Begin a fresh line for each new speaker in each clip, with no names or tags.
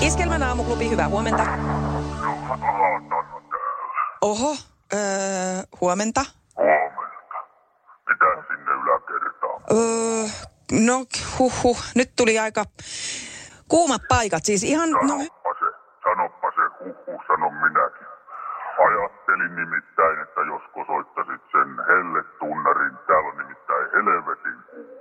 Iskelmän aamuklubi, hyvää huomenta. Oho, öö, huomenta.
Mitä sinne yläkertaan?
Öö, no, huhhuh, nyt tuli aika kuumat paikat. Siis ihan, no, hy-
Sanoppa se, sanoppa se, huhhuh, sanon minäkin. Ajattelin nimittäin, että josko soittasit sen helletunnarin. Täällä on nimittäin helvetin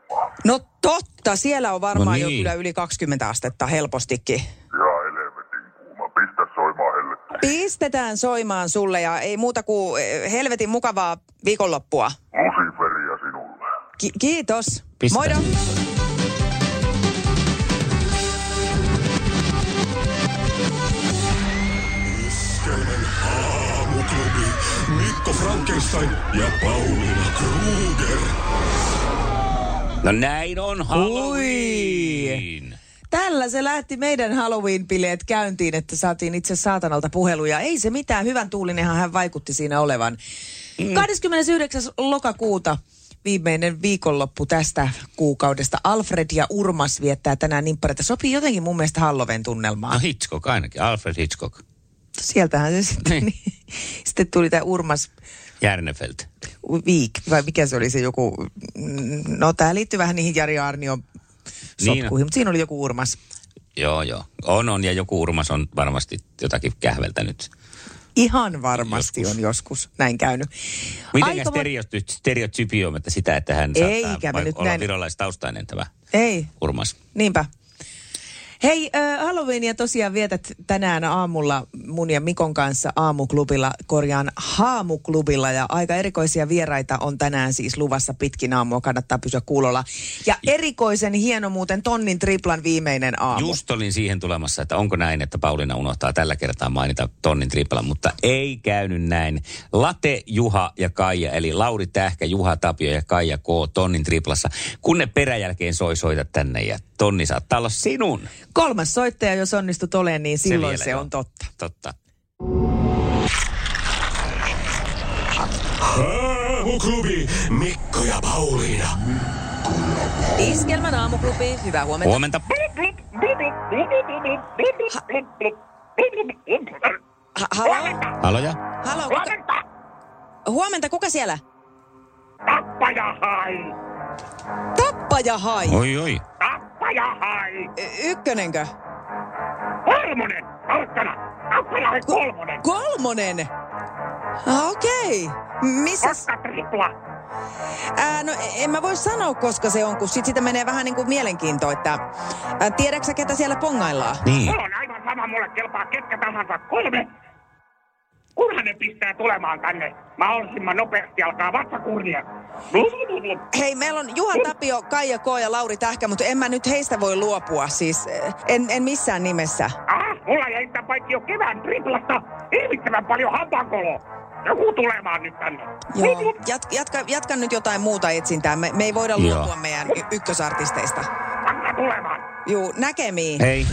kuuma.
no totta, siellä on varmaan
No
jo
niin.
kyllä yli 20 astetta helpostikin.
Ihan helvetin kuuma. Pistä soimaan helletun.
Pistetään soimaan sulle ja ei muuta kuin eh, helvetin mukavaa viikonloppua.
Luciferia sinulle.
Ki- kiitos.
Pistetään.
Moido.
Aamuklubi, Mikko Frankenstein ja Pauliina Kruger.
No näin on Halloween.
Tällä se lähti meidän Halloween-bileet käyntiin, että saatiin itse saatanalta puheluja. Ei se mitään, hyvän tuulinenhan hän vaikutti siinä olevan. Mm. 29. lokakuuta viimeinen viikonloppu tästä kuukaudesta. Alfred ja Urmas viettää tänään nimppareita. Sopii jotenkin mun mielestä Halloven
No
tunnelmaan.
Hitchcock ainakin, Alfred Hitchcock.
Sieltähän se sitten,
Niin.
sitten tuli tämä Urmas
Järnefeld.
Week, vai mikä se oli se joku, mm, no tämä liittyy vähän niihin Jari Arnion sotkuihin,
Niin.
mutta siinä oli joku Urmas.
Joo, joo. On, on. Ja joku Urmas on varmasti jotakin kähveltänyt.
Ihan varmasti joskus. on joskus näin käynyt.
Mitenkään
Aika mon-
stereoty- stereotypioimatta sitä, että hän
Eikä
saattaa
me nyt
olla
näin-
virolaistaustainen tämä
Ei,
Urmas.
niinpä. Hei, äh, Halloweenia tosiaan vietät tänään aamulla mun ja Mikon kanssa aamuklubilla, korjaan haamuklubilla ja aika erikoisia vieraita on tänään siis luvassa pitkin aamua, kannattaa pysyä kuulolla. Ja erikoisen hieno muuten tonnin triplan viimeinen aamu.
Just olin siihen tulemassa, että onko näin, että Pauliina unohtaa tällä kertaa mainita tonnin tripalan, mutta ei käynyt näin. Late, Juha ja Kaija, eli Lauri Tähkä, Juha Tapio ja Kaija K. tonnin triplassa. Kun ne peräjälkeen soi, soita tänne ja tonni saattaa olla sinun.
Kolmas soittaja, jos onnistut oleen, niin silloin
vielä,
se, se
joo.
on totta.
Totta.
Aamuklubi, Mikko ja Pauliina.
Iskelmän aamuklubi, hyvää huomenta.
Huomenta.
Ha- halo?
Haloja.
Halo, kuka, huomenta, kuka siellä?
Tappaja hai!
Tappaja hai.
Oi, oi.
Tappaja hai!
Y- ykkönenkö?
Kolmonen! Alkkana! Tappaja hai kolmonen!
Kolmonen. Ah, Okei. Missä?
tripla!
Ää, no e- en mä voi sanoa, koska se on, kun sit sitä menee vähän niin kuin mielenkiintoa, että ää, tiedätkö sä, ketä siellä pongaillaan?
Niin.
Mulla on aivan sama, mulle kelpaa ketkä tahansa kolme. Kunhan ne pistää tulemaan tänne, mahdollisimman nopeasti alkaa vatsakurnia.
Hei, meillä on Juha
Niin.
Tapio, Kaija K. ja Lauri Tähkä, mutta en mä nyt heistä voi luopua siis. eh, En, en missään nimessä.
Ah, mulla jäi sitä paitsi jo kevään triplasta hirvittävän paljon hampankoloa. Joku tulemaan nyt tänne.
Joo. Jat, jatka, jatka nyt jotain muuta etsintää. Me, me ei voida
Joo.
luopua meidän y- ykkösartisteista.
Anna tulemaan.
Juu, näkemiin.
Hei.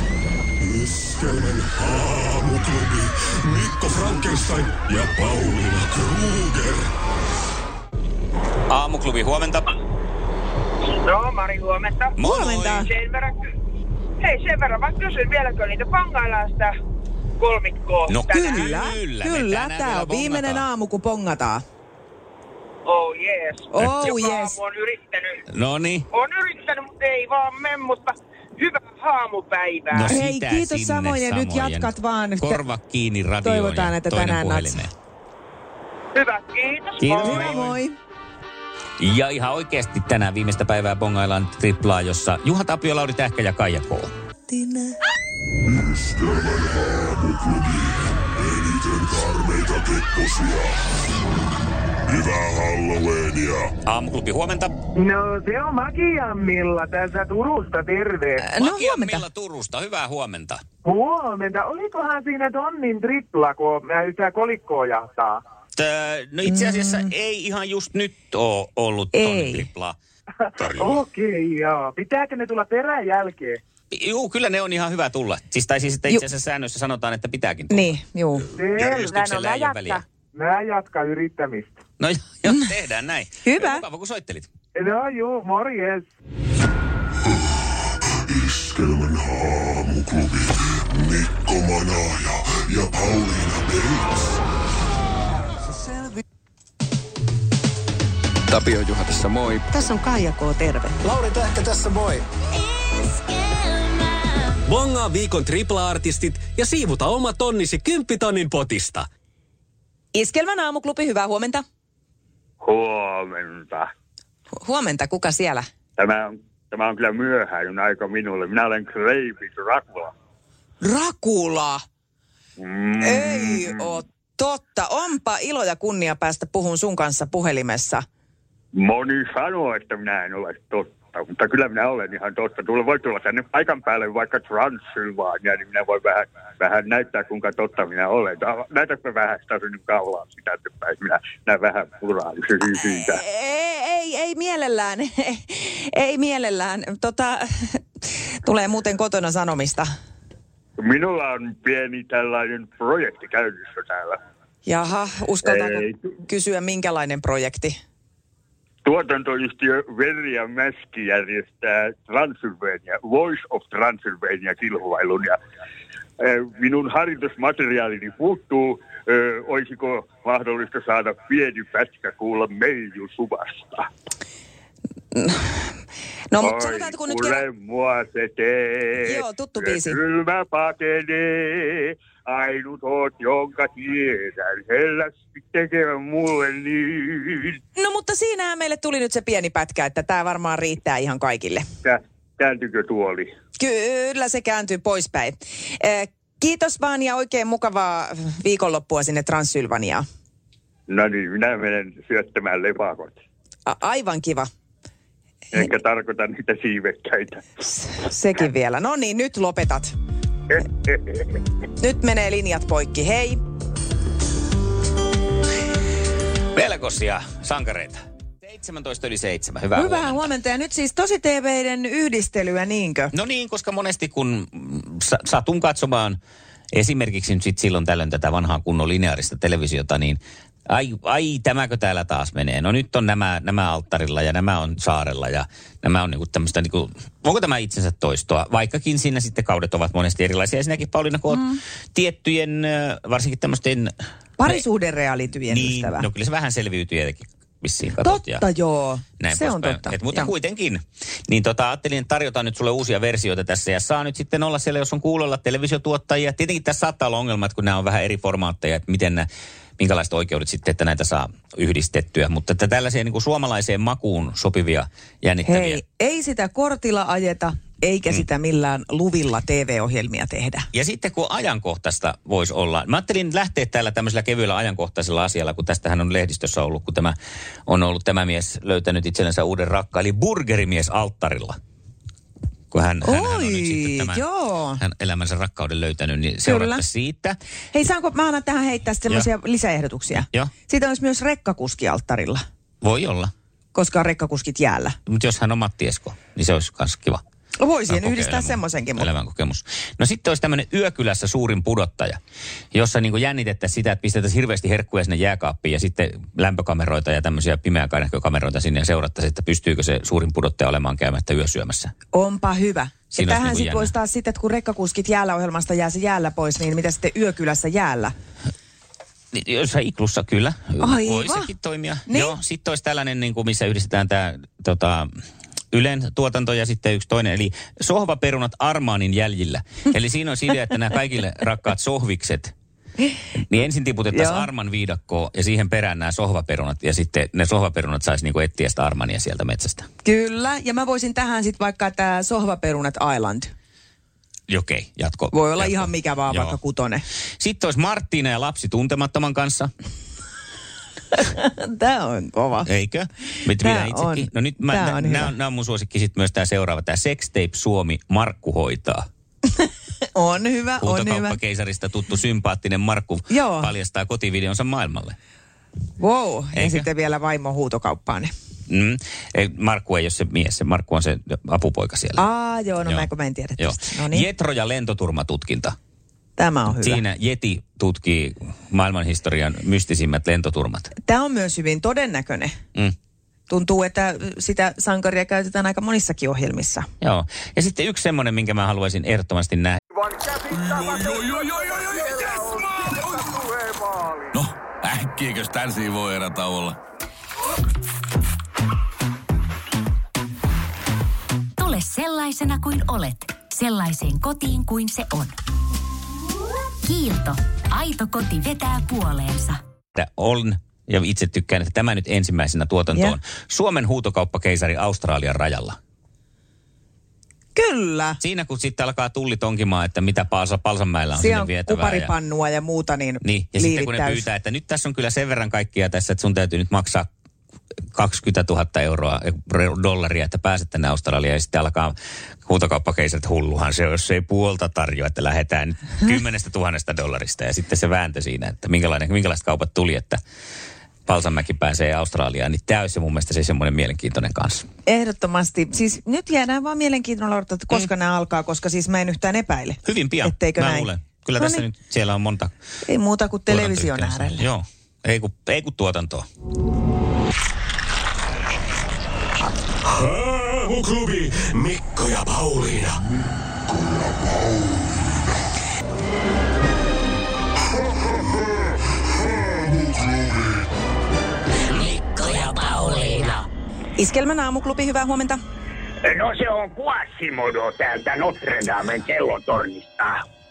Iskelmän aamuklubi, Mikko Frankenstein ja Pauliina Kruger.
Aamuklubi, huomenta.
No, Mari, huomenta.
Moi.
Huomenta.
Sen verran, ky- hei, sen verran vaan kysyn, vieläkö niitä pangaillaan sitä kolmikkoa
No
tänään?
Kyllä,
Kyllä,
me
kyllä.
tänään
Tämä
vielä
on viimeinen
bongataan.
aamu, kun pongataan.
Oh yes.
Oh,
Joka
yes.
aamu on yrittänyt.
No niin.
On yrittänyt, mutta ei vaan men, mutta hyvää haamupäivää.
No
Hei,
sitä
kiitos
sinne
samoin ja nyt
samoin.
jatkat vaan.
Korva kiinni radioon
Toivotaan,
ja
että
toinen
tänään
puhelimeen.
Hyvä, kiitos.
Kiitos.
Moi.
Hyvä, moi.
Ja ihan oikeasti tänään viimeistä päivää bongaillaan triplaa, jossa Juha Tapio, Lauri Tähkä ja Kaija K.
Hyvää Halloweenia.
Aamuklubi, huomenta.
No se on Makiammilla tässä Turusta, terve.
No
Maki on
huomenta.
Milla Turusta, hyvää huomenta.
Huomenta. Olikohan siinä tonnin tripla, kun mä sitä kolikkoa jahtaa?
Tö, no itse asiassa mm. ei ihan just nyt oo ollut
Ei.
tonni triplaa.
Okei, okay, joo. Pitääkö ne tulla perään jälkeen?
Juu, kyllä ne on ihan hyvä tulla. Siis tai siis, että
Ju-
itse asiassa säännöissä sanotaan, että pitääkin tulla.
Niin, juu.
Ja
Selvä.
yhdistyksellä ei ole väliä.
Mä jatkan yrittämistä.
No joo,
Mm.
tehdään näin.
Hyvä.
Mukava, kun soittelit.
No juu, morjes.
Iskelmän aamuklubi, Mikko Manaja ja Pauliina Pelts.
Tapio Juha tässä moi.
Tässä on Kaija K. Terve.
Lauri Tähkä tässä moi.
Bongaa viikon tripla-artistit ja siivuta oma tonnisi kymppitonnin potista.
Iskelmän aamuklubi, hyvää huomenta.
Huomenta.
Hu- huomenta, kuka siellä?
Tämä on, tämä on kyllä myöhäinen aika minulle. Minä olen Kreipit Rakula.
Rakula!
Mm.
Ei oo totta. Onpa ilo ja kunnia päästä puhun sun kanssa puhelimessa.
Moni sanoo, että minä en ole totta, mutta kyllä minä olen ihan totta. Tule voi tulla tänne paikan päälle vaikka Transylvaania, niin minä voin vähän, vähän näyttää, kuinka totta minä olen. Ta- Näytäpä vähän sitä sinun kaulaa sitä, että päin. minä, minä vähän puraan sy- siitä.
Ei, ei, ei mielellään. Ei, ei mielellään. Tota, tulee muuten kotona sanomista.
Minulla on pieni tällainen projekti käynnissä täällä.
Jaha, uskaltaako
Ei.
kysyä minkälainen projekti?
Tuotantoyhtiö Verja Mäski järjestää Transylvania, Voice of Transylvania kilpailun ja eh, minun harjoitusmateriaalini puuttuu. Eh, Olisiko mahdollista saada pieni pätkä kuulla Meiju Suvasta?
No, mutta sanotaan, että kun nyt kerran...
kule mua se tee.
Joo, tuttu
Se
biisi.
Kylmä pakenee, ainut oot, jonka tiedän. Hellästi tekevän mulle niin.
No mutta siinähän meille tuli nyt se pieni pätkä, että tämä varmaan riittää ihan kaikille.
Tä- Kääntyykö tuoli?
Kyllä se kääntyy poispäin. Eh, Kiitos vaan ja oikein mukavaa viikonloppua sinne Transylvaniaan.
No niin, minä menen syöttämään lepakot.
A- aivan kiva.
Enkä tarkoita niitä siivekkäitä.
Sekin vielä. No niin, nyt lopetat. Nyt menee linjat poikki. Hei.
Melkoisia sankareita. 17 yli 7. Hyvää,
Hyvää huomenta. Ja nyt siis tosi TViden yhdistelyä, niinkö?
No niin, koska monesti kun mm, sa- satun katsomaan esimerkiksi nyt sit silloin tällöin tätä vanhaa kunnon lineaarista televisiota, niin ai, ai tämäkö täällä taas menee? No nyt on nämä, nämä alttarilla ja nämä on saarella ja nämä on niinku tämmöistä, niinku, onko tämä itsensä toistoa? Vaikkakin siinä sitten kaudet ovat monesti erilaisia. Ensinnäkin Pauliina, kun mm. tiettyjen, ö, varsinkin tämmöisten...
Parisuuden realityjen
Niin,
ystävä.
no kyllä se vähän selviytyy jotenkin vissiin katot ja-
Totta joo.
näin
se on
poispäin.
totta.
Et, mutta
Joo.
kuitenkin. Niin tota, ajattelin, että tarjotaan nyt sulle uusia versioita tässä. Ja saa nyt sitten olla siellä, jos on kuulolla televisiotuottajia. Tietenkin tässä saattaa olla ongelmat, kun nämä on vähän eri formaatteja, että miten nämä, minkälaiset oikeudet sitten, että näitä saa yhdistettyä. Mutta että tällaisia niin kuin suomalaiseen makuun sopivia jännittäviä.
Hei, ei sitä kortilla ajeta,
Mm.
eikä sitä millään luvilla TV-ohjelmia tehdä.
Ja sitten kun ajankohtaista voisi olla. Mä ajattelin lähteä täällä tämmöisellä kevyellä ajankohtaisella asialla, kun tästähän on lehdistössä ollut, kun tämä on ollut tämä mies löytänyt itsellensä uuden rakkaan, eli burgerimies alttarilla. Kun hän, hän, hän on nyt
Oi,
sitten tämän,
joo.
hän elämänsä rakkauden löytänyt, niin seuraatte
Kyllä.
siitä.
Hei, saanko mä annan tähän heittää semmoisia lisäehdotuksia?
Joo.
Siitä olisi myös rekkakuski alttarilla,
Voi olla.
koska on rekkakuskit jäällä.
Mutta jos hän on Matti Esko, niin se olisi myös kiva.
Voisin
Kokeilemaan.
No yhdistää semmoisenkin, mutta
Elämän kokemus. No sitten olisi tämmöinen yökylässä suurin pudottaja, jossa niin jännitettäisiin sitä, että pistettäisiin hirveästi herkkuja sinne jääkaappiin ja sitten lämpökameroita ja tämmöisiä pimeäkainäkökameroita sinne ja seurattaisiin, että pystyykö se suurin pudottaja olemaan käymättä yösyömässä.
onpa hyvä.
Siinä olisi
ja tähän
niinku
sitten
jännä.
voisi taas sitten, että kun rekkakuskit jäällä ohjelmasta jää se jäällä pois, niin mitä sitten yökylässä jäällä?
Niin, Jossain iklussa kyllä. Voi
Aivan.
Ah.
sekin toimia.
Niin.
Joo, sitten olisi tällainen, niin kuin, missä yhdistetään tämä tota, Ylen tuotanto ja sitten yksi toinen, eli sohvaperunat Armaanin jäljillä. Eli siinä on idea, että nämä kaikille rakkaat sohvikset, niin ensin tiputettaisiin
Joo.
Arman viidakkoa ja siihen perään nämä sohvaperunat ja sitten ne sohvaperunat saisi niinku etsiä sitä Armania sieltä metsästä.
Kyllä, ja mä voisin tähän sitten vaikka tämä Sohvaperunat Island.
Okei, okay, jatko.
Voi olla
jatko.
ihan mikä vaan,
Joo.
vaikka kutonen.
Sitten olisi Marttiina ja lapsi tuntemattoman kanssa.
Tämä on kova.
Eikö? Mitä
Tää
minä itsekin?
on-
No nyt mä,
tää
nä,
on
nää
hyvä.
on, nää on mun suosikki sit myös tämä seuraava, tämä Sextape Suomi, Markku hoitaa.
On hyvä, on hyvä.
Huutokauppakeisarista tuttu sympaattinen Markku
Joo.
paljastaa kotivideonsa maailmalle.
Wow, ja
Eikö?
sitten vielä vaimo huutokauppaan.
Mm. Ei, Markku ei ole se mies, se Markku on se apupoika siellä.
Aa, joo, no
Joo.
mä, kun mä en tiedä
Joo.
tästä. No niin,
Jetro ja lentoturmatutkinta.
tämä on hyvä.
Siinä Jeti tutkii maailmanhistorian mystisimmät lentoturmat.
Tämä on myös hyvin todennäköinen.
Mm.
Tuntuu, että sitä sankaria käytetään aika monissakin ohjelmissa.
Joo. Ja sitten yksi semmoinen, minkä mä haluaisin ehdottomasti nähdä.
Van
No, äkkiäkös tän voi erata olla?
Tule sellaisena kuin olet, sellaiseen kotiin kuin se on. Kiilto. Aito koti vetää puoleensa.
Että on, ja itse tykkään, että tämä nyt ensimmäisenä tuotantoon.
Joo.
Suomen huutokauppakeisari Australian rajalla.
Kyllä.
Siinä kun sitten alkaa tulli tonkimaan, että mitä Paasa, Palsanmäellä on
Siellä
sinne
on
vietävää. Ja,
kuparipannua ja muuta, niin,
niin, ja
liivit
sitten kun ne
täys.
pyytää, että nyt tässä on kyllä sen verran kaikkia tässä, että sun täytyy nyt maksaa 20 000 euroa eh, re- dollaria, että pääset tänne Australiaan ja sitten alkaa huutokauppakeisarit hulluhan se, on, jos ei puolta tarjoa, että lähdetään nyt 10 000 dollarista ja sitten se vääntö siinä, että minkälainen, minkälaiset kaupat tuli, että Palsanmäki pääsee Australiaan, niin täysin mun mielestä se semmoinen mielenkiintoinen kanssa.
Ehdottomasti. Siis nyt jäädään vaan mielenkiinnolla odottaa, että koska mm. nämä alkaa, koska siis mä en yhtään epäile.
Hyvin pian,
Etteikö
mä
näin?
luulen. Kyllä
No
tässä
niin.
nyt siellä on monta
Ei muuta kuin television
tuotantoyhtiötä.
äärellä.
Joo, ei kun, ei kun tuotantoa.
Aamuklubi, Mikko ja Pauliina.
Iskelmän aamuklubi, hyvää huomenta.
No se on Quasimodo täältä Notre Damen kellotornista.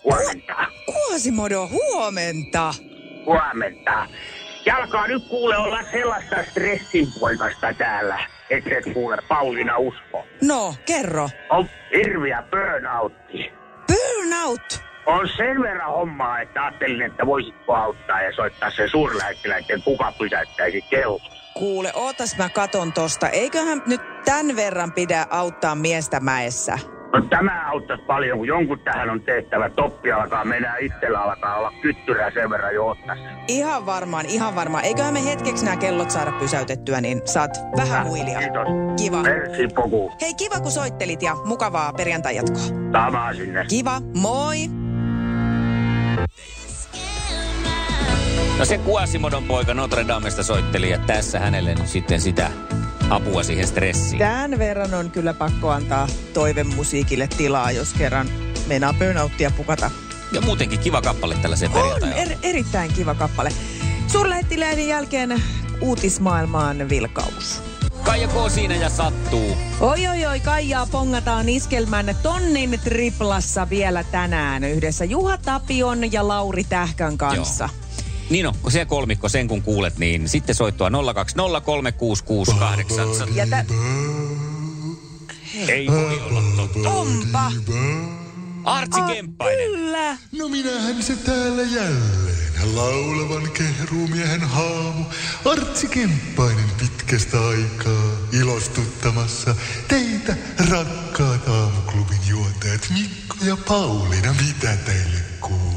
Huomenta,
Kuosimodo, huomenta.
huomenta. Ja alkaa nyt kuule olla sellaista stressinpoikasta täällä, et et kuule Pauliina usko.
No, kerro.
On hirviä burnoutti.
Burnout.
On sen verran hommaa, että ajattelin, että voisitko auttaa ja soittaa sen suurlähettiläiden, kuka pysäyttäisi kello.
Kuule, ootas mä katon tosta. Eiköhän nyt tämän verran pidä auttaa miestä mäessä.
No tämä auttaisi paljon, kun jonkun tähän on tehtävä. Toppi alkaa mennä, itsellä alkaa olla kyttyrä sen verran jo ottaisi.
Ihan varmaan, ihan varmaan. Eiköhän me hetkeksi nämä kellot saada pysäytettyä, niin saat vähän huilia.
Kiitos.
Kiva.
Merci beaucoup.
Hei, kiva kun soittelit ja mukavaa perjantai jatkoa.
Tamaa sinne.
Kiva, moi!
No se Kuasimodon poika Notre Damesta soitteli ja tässä hänelle nyt sitten sitä apua siihen stressiin.
Tämän verran on kyllä pakko antaa toivemusiikille tilaa, jos kerran meinaa burnouttia pukata.
Ja muutenkin kiva kappale tällaiseen
On
perjantai.
er, erittäin kiva kappale. Suurlähettiläiden jälkeen uutismaailmaan vilkaus.
Kaija K. siinä ja sattuu.
Oi, oi, oi, Kaijaa pongataan iskelmän tonnin triplassa vielä tänään yhdessä Juha Tapion ja Lauri Tähkän kanssa. Joo.
Niin on, kun se kolmikko, sen kun kuulet, niin sitten soittua 020366800.
Ja tä-
Ei voi olla totta.
Onpa!
Artsi
Ah,
Kemppainen.
Kyllä!
No minähän se täällä jälleen, laulavan kehrumiehen haamu. Artsi Kemppainen pitkästä aikaa ilostuttamassa teitä rakkaat aamuklubin juontajat Mikko ja Pauliina. Mitä teille kuuluu?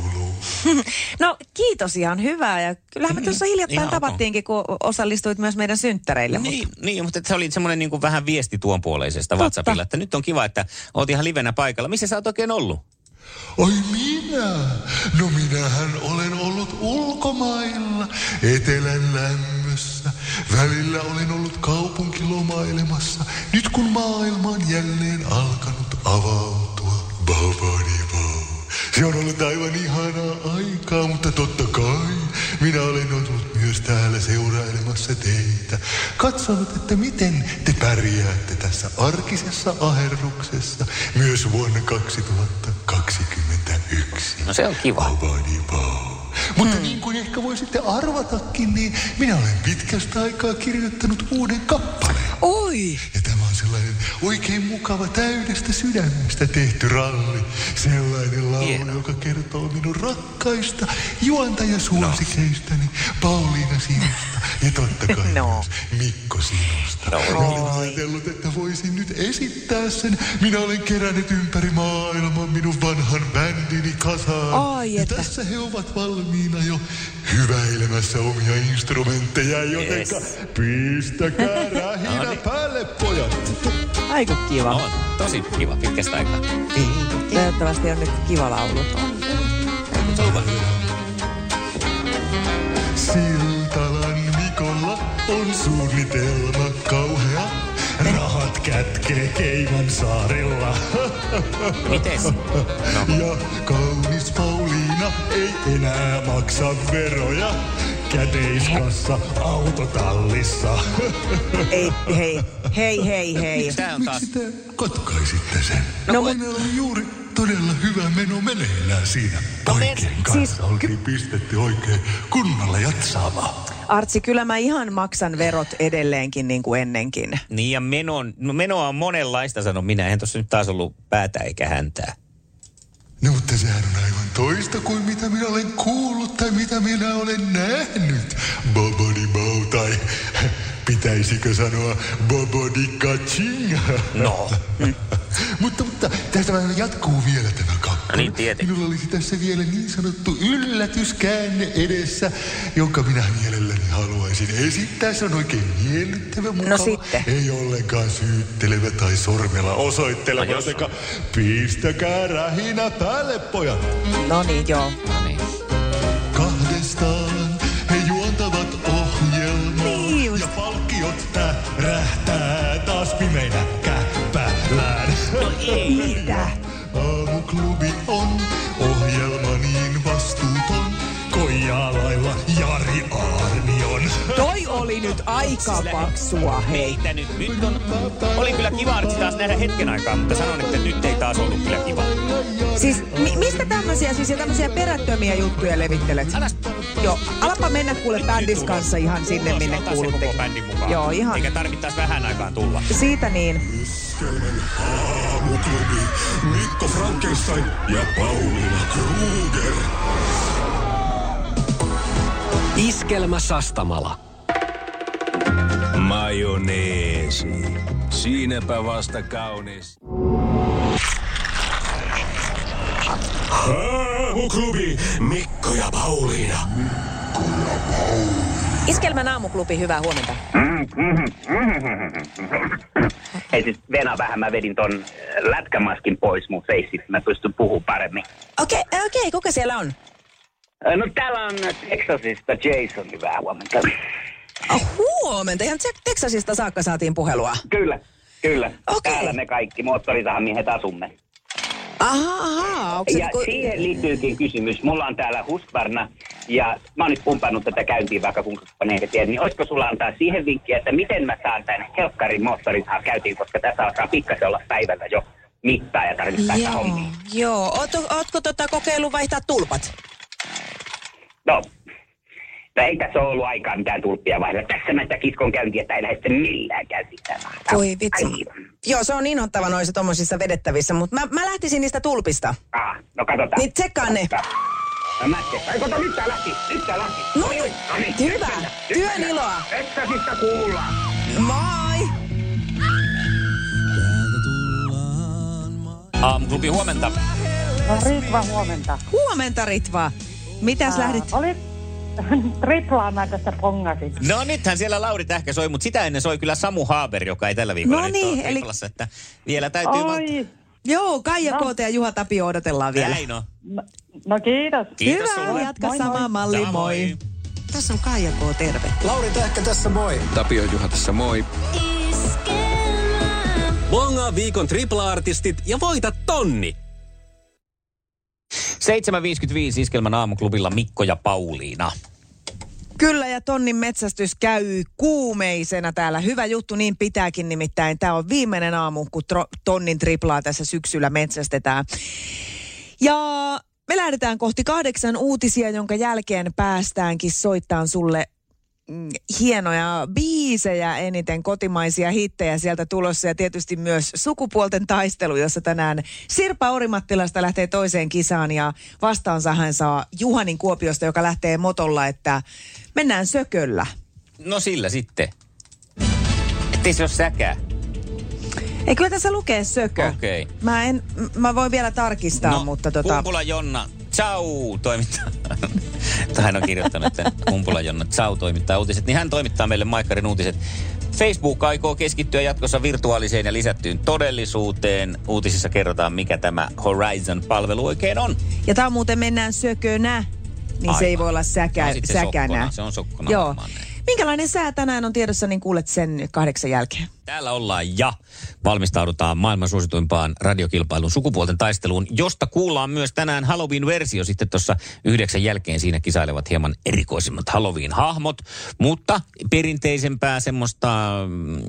No kiitos ihan hyvää ja kyllähän me tuossa hiljattain
Ihan ok.
tavattiinkin, kun osallistuit myös meidän synttäreille. mutta-
Niin, niin, mutta se oli semmoinen niin kuin vähän viesti tuon puoleisesta WhatsAppilla, että nyt on kiva, että oot ihan livenä paikalla. Missä sä oot oikein ollut?
Oi minä? No minähän olen ollut ulkomailla, etelän lämmössä. Välillä olen ollut kaupunkilomailemassa, nyt kun maailma on jälleen alkanut avautua. Bavani vau. Se on ollut aivan ihanaa aikaa, mutta totta kai minä olen ollut myös täällä seurailemassa teitä. Katsonut, että miten te pärjäätte tässä arkisessa aherruksessa myös vuonna 2021.
No se on kiva.
Bavani vau. Mutta niin kuin ehkä voisitte arvatakin, niin minä olen pitkästä aikaa kirjoittanut uuden kappaleen.
Oi!
Ja tämä on sellainen oikein mukava täydestä sydämestä tehty ralli. Sellainen laulu,
Hienoa.
joka kertoo minun rakkaista juontajasuosikeistani no. Pauliina sinusta ja totta kai
No.
myös Mikko sinusta.
No.
Ja olen ajatellut, että voisin nyt esittää sen. Minä olen kerännyt ympäri maailman minun vanhan bändini kasaan.
Ai
ja
että.
tässä he ovat valmiina jo hyväilemässä omia instrumentteja, jotenka
Yes.
pistäkää rähinä päälle, pojat!
Aika kiva.
On tosi kiva pitkästä aikaa.
Niin.
Niin.
Toivottavasti on nyt kiva laulu.
Siltalan Mikolla on suunnitelma kauhea.
sitten?
Rahat kätkee Keivan saarella.
Mites?
No. Ja kaunis Pauliina ei enää maksa veroja. Käteiskassa autotallissa.
Ei, hei, hei, hei, hei.
Tää
on taas... Miksi te katkaisitte sen? No, no meillä oli juuri todella hyvä meno meneillään siinä.
No
Poikien kanssa siis... oltiin pistetty oikein kunnolla jatsaamaan.
Artsi, kyllä mä ihan maksan verot edelleenkin niin kuin ennenkin.
Niin ja menon, no menoa on monenlaista, sanon minä. Eihän tossa nyt taas ollut päätä eikä häntää.
No mutta sehän on aivan toista kuin mitä minä olen kuullut tai mitä minä olen nähnyt. Boboni Bow tai pitäisikö sanoa Boboni Kaching.
No.
mutta, mutta tästä vähän jatkuu vielä tämä
No
kappale.
Niin, tietenkin.
Minulla olisi tässä vielä niin sanottu yllätyskäänne edessä, jonka minä mielelläni haluaisin esittää. Se on oikein miellyttävä mukava.
No sitten.
Ei ollenkaan syyttelevä tai sormella osoitteleva.
No jos.
No Pistäkää rähinä päälle, pojat.
No niin, joo.
No niin.
Kahdestaan he juontavat ohjelmaa.
Niin just.
Ja palkkiot tärähtää taas pimeinä käppällään.
No Mitä?
Aamuklubi on ohjelma niin vastuuton. Koijalailla Jari Aarnion.
Toi oli nyt aika paksua, hei.
Mitä nyt? Nyt on... Oli kyllä kiva Artsi taas nähdä hetken aikaa, mutta sanon, että nyt ei taas ollut kyllä kiva.
Siis mi- mistä tämmöisiä, siis ja tämmöisiä perättömiä juttuja levittelet?
Alas.
Joo, alapa mennä kuule
Nyt- nyt
bändis
tulla.
kanssa ihan sinne,
Tulla,
minne
otan se
kuulutte.
koko bändin mukaan.
Joo, ihan.
Eikä tarvittaisi vähän aikaa tulla.
Siitä niin.
Aamuklubi, Mikko Frankenstein ja Pauliina Kruger.
Iskelmä Sastamala.
Majoneesi. Siinäpä vasta kaunis.
Aamuklubi, Mikko ja Pauliina.
Iskelmän aamuklubi, hyvää huomenta.
Ei siis Vena vähän, mä vedin ton äh, lätkämaskin pois mun feissit, mä pystyn puhumaan paremmin.
Okei, okay, okei, okay, kuka siellä on?
Äh, No täällä on äh, Texasista Jason, hyvää huomenta.
Oh, huomenta, ihan Te- Texasista saakka saatiin puhelua.
Kyllä, kyllä.
Okei.
Täällä me kaikki moottorisahamiehet asumme.
Aha, aha, onko se
Ja
niinku...
siihen liittyykin kysymys. Mulla on täällä Husqvarna ja mä oon nyt pumpannut tätä käyntiin vaikka kuinka paneen eteen. Niin olisiko sulla antaa siihen vinkkiä, että miten mä saan tämän helkkarin moottorisahan käyntiin, koska tässä alkaa pikkasen olla päivällä jo mittaa ja tarvittaessa
Joo,
hommia.
joo. Ootko, ootko tota kokeillut vaihtaa tulpat?
No, no ei tässä ole ollut aikaa mitään tulppia vaihdella. Tässä mä sitä kiskon käyntiä, että ei lähde sitten millään käyntiin tätä.
Voi vitsi.
Ai,
Joo, se on inhottava noissa tommosissa vedettävissä, mutta mä, mä lähtisin niistä tulpista.
Ah, no katsotaan.
Niin tsekkaa ne.
No mä tsekkaan. Ai kato, nyt tää lähti, nyt tää lähti.
No
Oi, oi,
niin,
no niin,
hyvä.
nyt mennään, nyt
Työn
mennään.
iloa.
Texasista kuullaan.
Moi!
Aamuklubi huomenta.
No Ritva, huomenta.
Huomenta Ritva. Mitäs lähdit?
Olit triplaana tässä pongasit.
No nythän siellä Lauri Tähkä soi, mutta sitä ennen soi kyllä Samu Haaber, joka ei tällä viikolla
No
nyt
niin,
ole
eli-
Triplassa, että vielä täytyy valtaa.
Oi,
Joo, Kaija no. ja Juha Tapio odotellaan vielä.
Näin on.
no, no kiitos.
Kiitos
Hyvä,
sulle.
jatka
Moi,
samaa
moi.
mallia,
Saa
moi.
moi.
Tässä on Kaija K. Terve.
Lauri Tähkä tässä moi. Tapio Juha tässä moi.
Bongaa viikon tripla-artistit ja voita
Niin.
tonni!
7.55 Iskelmän aamuklubilla Mikko ja Pauliina.
Kyllä, ja tonnin metsästys käy kuumeisena täällä. Hyvä juttu, niin pitääkin nimittäin. Tämä on viimeinen aamu, kun tro- tonnin triplaa tässä syksyllä metsästetään. Ja me lähdetään kohti kahdeksan uutisia, jonka jälkeen päästäänkin soittamaan sulle mm, hienoja biisejä, eniten kotimaisia hittejä sieltä tulossa ja tietysti myös sukupuolten taistelu, jossa tänään Sirpa Orimattilasta lähtee toiseen kisaan ja vastaansa hän saa Juhanin Kuopiosta, joka lähtee motolla, että mennään sököllä.
No sillä sitten. Ettei se ole säkää.
Ei kyllä tässä lukee sökö.
Okei. Okay.
Mä, en, m- mä voin vielä tarkistaa, no, mutta tota...
Kumpula Jonna, ciao, toimittaa. tai hän on kirjoittanut, että Kumpula Jonna, ciao, toimittaa uutiset. Niin hän toimittaa meille Maikkarin uutiset. Facebook aikoo keskittyä jatkossa virtuaaliseen ja lisättyyn todellisuuteen. Uutisissa kerrotaan, mikä tämä Horizon-palvelu oikein on.
Ja tää on muuten mennään sökönä, niin Aivan. se ei
Aivan.
voi olla säkä,
No sitten
säkänä.
sokkona, se on sokkona
Joo.
varmaan näin.
Minkälainen sää tänään on tiedossa, niin kuulet sen kahdeksan jälkeen.
Täällä ollaan ja valmistaudutaan maailman suosituimpaan radiokilpailun sukupuolten taisteluun, josta kuullaan myös tänään Halloween-versio. Sitten tuossa yhdeksän jälkeen siinä kisailevat hieman erikoisimmat Halloween-hahmot, mutta perinteisempää semmoista mm,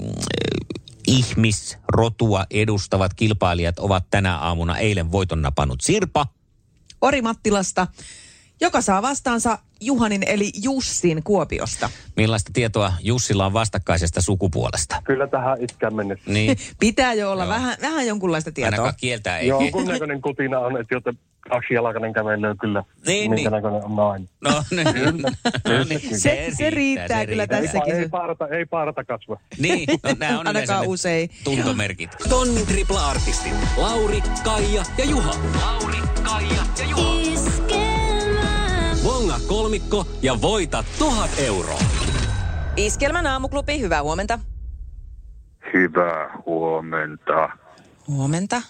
ihmisrotua edustavat kilpailijat ovat tänä aamuna eilen voiton napannut Sirpa.
Ori Mattilasta, joka saa vastaansa Juhanin eli Jussin Kuopiosta.
Millaista tietoa Jussilla on vastakkaisesta sukupuolesta?
Kyllä tähän itkään mennessä.
Niin.
Pitää jo olla vähän, vähän jonkunlaista tietoa.
Ainakaan kieltää ei.
Jonkun näköinen kutina on, että joten kaksijalkainen kävelee kyllä.
Niin,
Minkä
niin.
näköinen on nainen.
No, niin. no niin.
Se- se riittää kyllä
Ei,
tässä.
pa-
Tässäkin
ei,
se-
paarata, ei paarata kasva.
Niin, no, nämä on yleensä
Ainakaan
ne
usein.
tuntomerkit.
Tonnin tripla-artistit. Lauri, Kaija ja Juha. Lauri, Kaija ja Juha. Bonga kolmikko ja voita tuhat euroa.
Iskelmän aamuklubi, hyvää huomenta.
Hyvää huomenta.
Huomenta.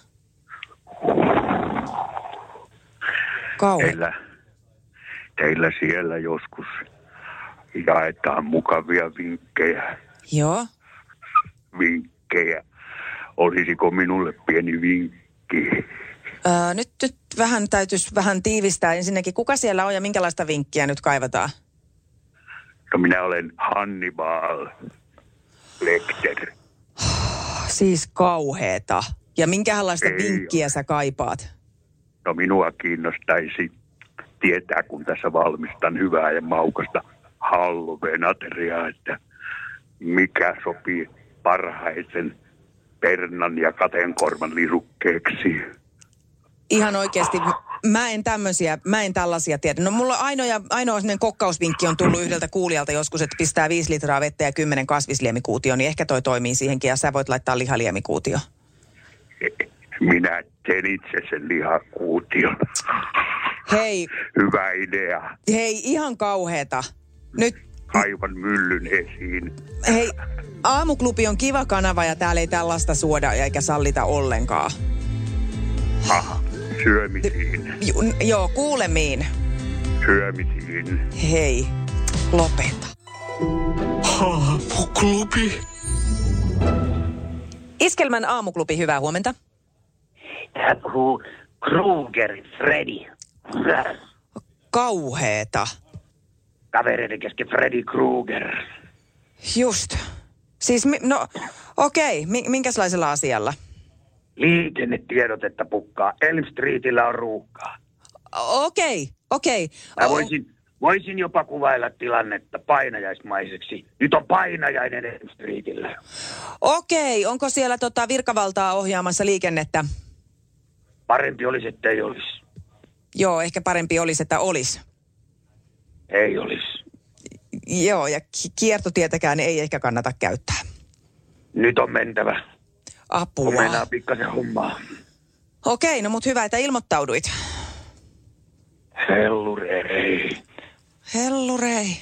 Kauan.
Teillä, teillä siellä joskus jaetaan mukavia vinkkejä.
Joo.
vinkkejä. Olisiko minulle pieni vinkki?
Öö, nyt, nyt vähän täytyisi vähän tiivistää ensinnäkin, kuka siellä on ja minkälaista vinkkiä nyt kaivataan?
No minä olen Hannibal Lecter.
Siis kauheeta. Ja minkälaista
Ei
vinkkiä sä kaipaat?
No minua kiinnostaisi tietää, kun tässä valmistan hyvää ja maukasta halveenateriaa, että mikä sopii parhaiten pernan ja kateenkorvan lisukkeeksi.
Ihan oikeasti, m- mä en tämmöisiä, mä en tällaisia tiedä. No mulla ainoa, ainoa sellainen kokkausvinkki on tullut yhdeltä kuulijalta joskus, että pistää 5 litraa vettä ja 10 kasvisliemikuutioon, niin ehkä toi toimii siihenkin ja sä voit laittaa lihaliemikuutio.
Minä teen itse sen lihakuution.
Hei,
Hyvä idea.
hei, ihan kauheeta. Nyt
Aivan myllyn esiin.
Hei, aamuklubi on kiva kanava ja täällä ei tällaista suoda eikä sallita ollenkaan.
Aha, syömisiin.
Ju, n- joo, kuulemiin.
syömisiin.
Hei, lopeta.
Haapuklubi.
Iskelmän aamuklubi, hyvää huomenta.
Hän puhuu Kruger Freddy.
Kauheeta.
Kavereiden kesken Freddy Kruger.
Just. Siis, mi- no, okei, mi- minkälaisella asialla?
Liikennetiedotetta pukkaa. Elm Streetillä on ruuhkaa.
O- Okei, okei.
Mä voisin, voisin jopa kuvailla tilannetta painajaismaiseksi. Nyt on painajainen Elm Streetillä.
Okei, onko siellä tota virkavaltaa ohjaamassa liikennettä?
Parempi olisi, että ei olisi.
Joo, ehkä parempi olisi, että olisi.
Ei olisi.
Joo, ja ki- kiertotietäkään ei ehkä kannata käyttää.
Nyt on mentävä.
Apua.
Kun mennään pikkasen hommaa.
Okei, no mut hyvä, että ilmoittauduit.
Hellurei.
Hellurei.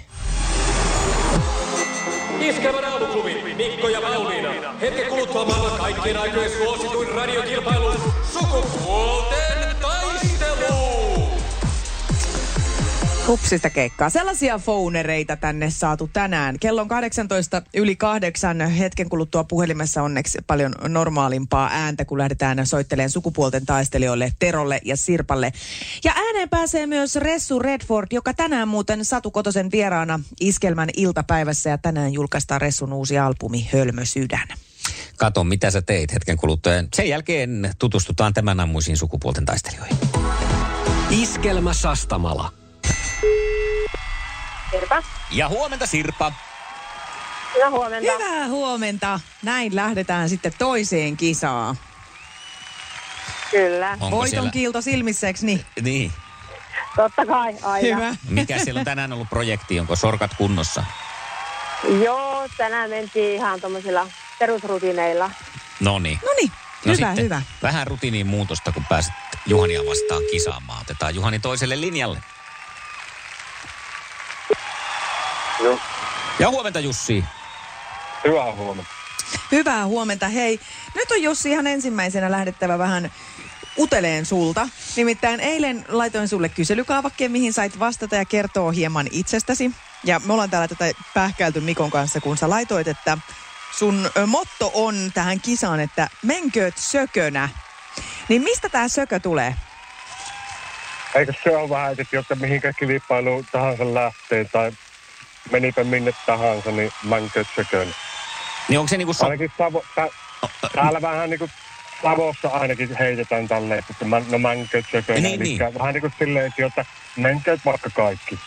Iskelmän aamuklubi, Mikko ja Pauliina. Hetken kuluttua maailman kaikkien aikojen suosituin radiokilpailu sukupuolten taistelu.
Hupsista keikkaa. Sellaisia founereita tänne saatu tänään. Kello on 18 yli kahdeksan. Hetken kuluttua puhelimessa onneksi paljon normaalimpaa ääntä, kun lähdetään soitteleen sukupuolten taistelijoille Terolle ja Sirpalle. Ja ääneen pääsee myös Ressu Redford, joka tänään muuten Satu Kotosen vieraana iskelmän iltapäivässä. Ja tänään julkaistaan Ressun uusi albumi Hölmö sydän.
Kato, mitä sä teit hetken kuluttua. Sen jälkeen tutustutaan tämän ammuisiin sukupuolten taistelijoihin.
Iskelmä Sastamala.
Terve.
Ja huomenta Sirpa.
Hyvää huomenta.
Hyvää huomenta. Näin lähdetään sitten toiseen kisaan.
Kyllä.
Onko
Voiton
siellä-
kiilto silmissä, eikö niin?
Niin.
Totta kai, aina.
Hyvä.
Mikä siellä on tänään ollut projekti? Onko sorkat kunnossa?
Joo, tänään mentiin ihan tuommoisilla perusrutiineilla.
No niin.
No niin,
No
hyvä,
sitten
hyvä.
vähän rutiinin muutosta, kun pääset Juhania vastaan kisaamaan. Otetaan Juhani toiselle linjalle.
No.
Ja huomenta Jussi.
Hyvää huomenta.
Hyvää huomenta. Hei, nyt on Jussi ihan ensimmäisenä lähdettävä vähän uteleen sulta. Nimittäin eilen laitoin sulle kyselykaavakkeen, mihin sait vastata ja kertoo hieman itsestäsi. Ja me ollaan täällä tätä pähkäilty Mikon kanssa, kun sä laitoit, että sun ö, motto on tähän kisaan, että menkööt sökönä. Niin mistä tämä sökö tulee?
Eikö se ole vähän, että jos se mihinkä kilpailuun tahansa lähtee tai menipä minne tahansa, niin mänkö sökön.
Niin onko se niinku so-
Ainakin Savo, tä, täällä vähän niinku Savossa ainakin heitetään tälleen, että mä, no mänkö sökön.
Niin,
Elikkä Vähän niinku silleen, että jotta menkö vaikka kaikki.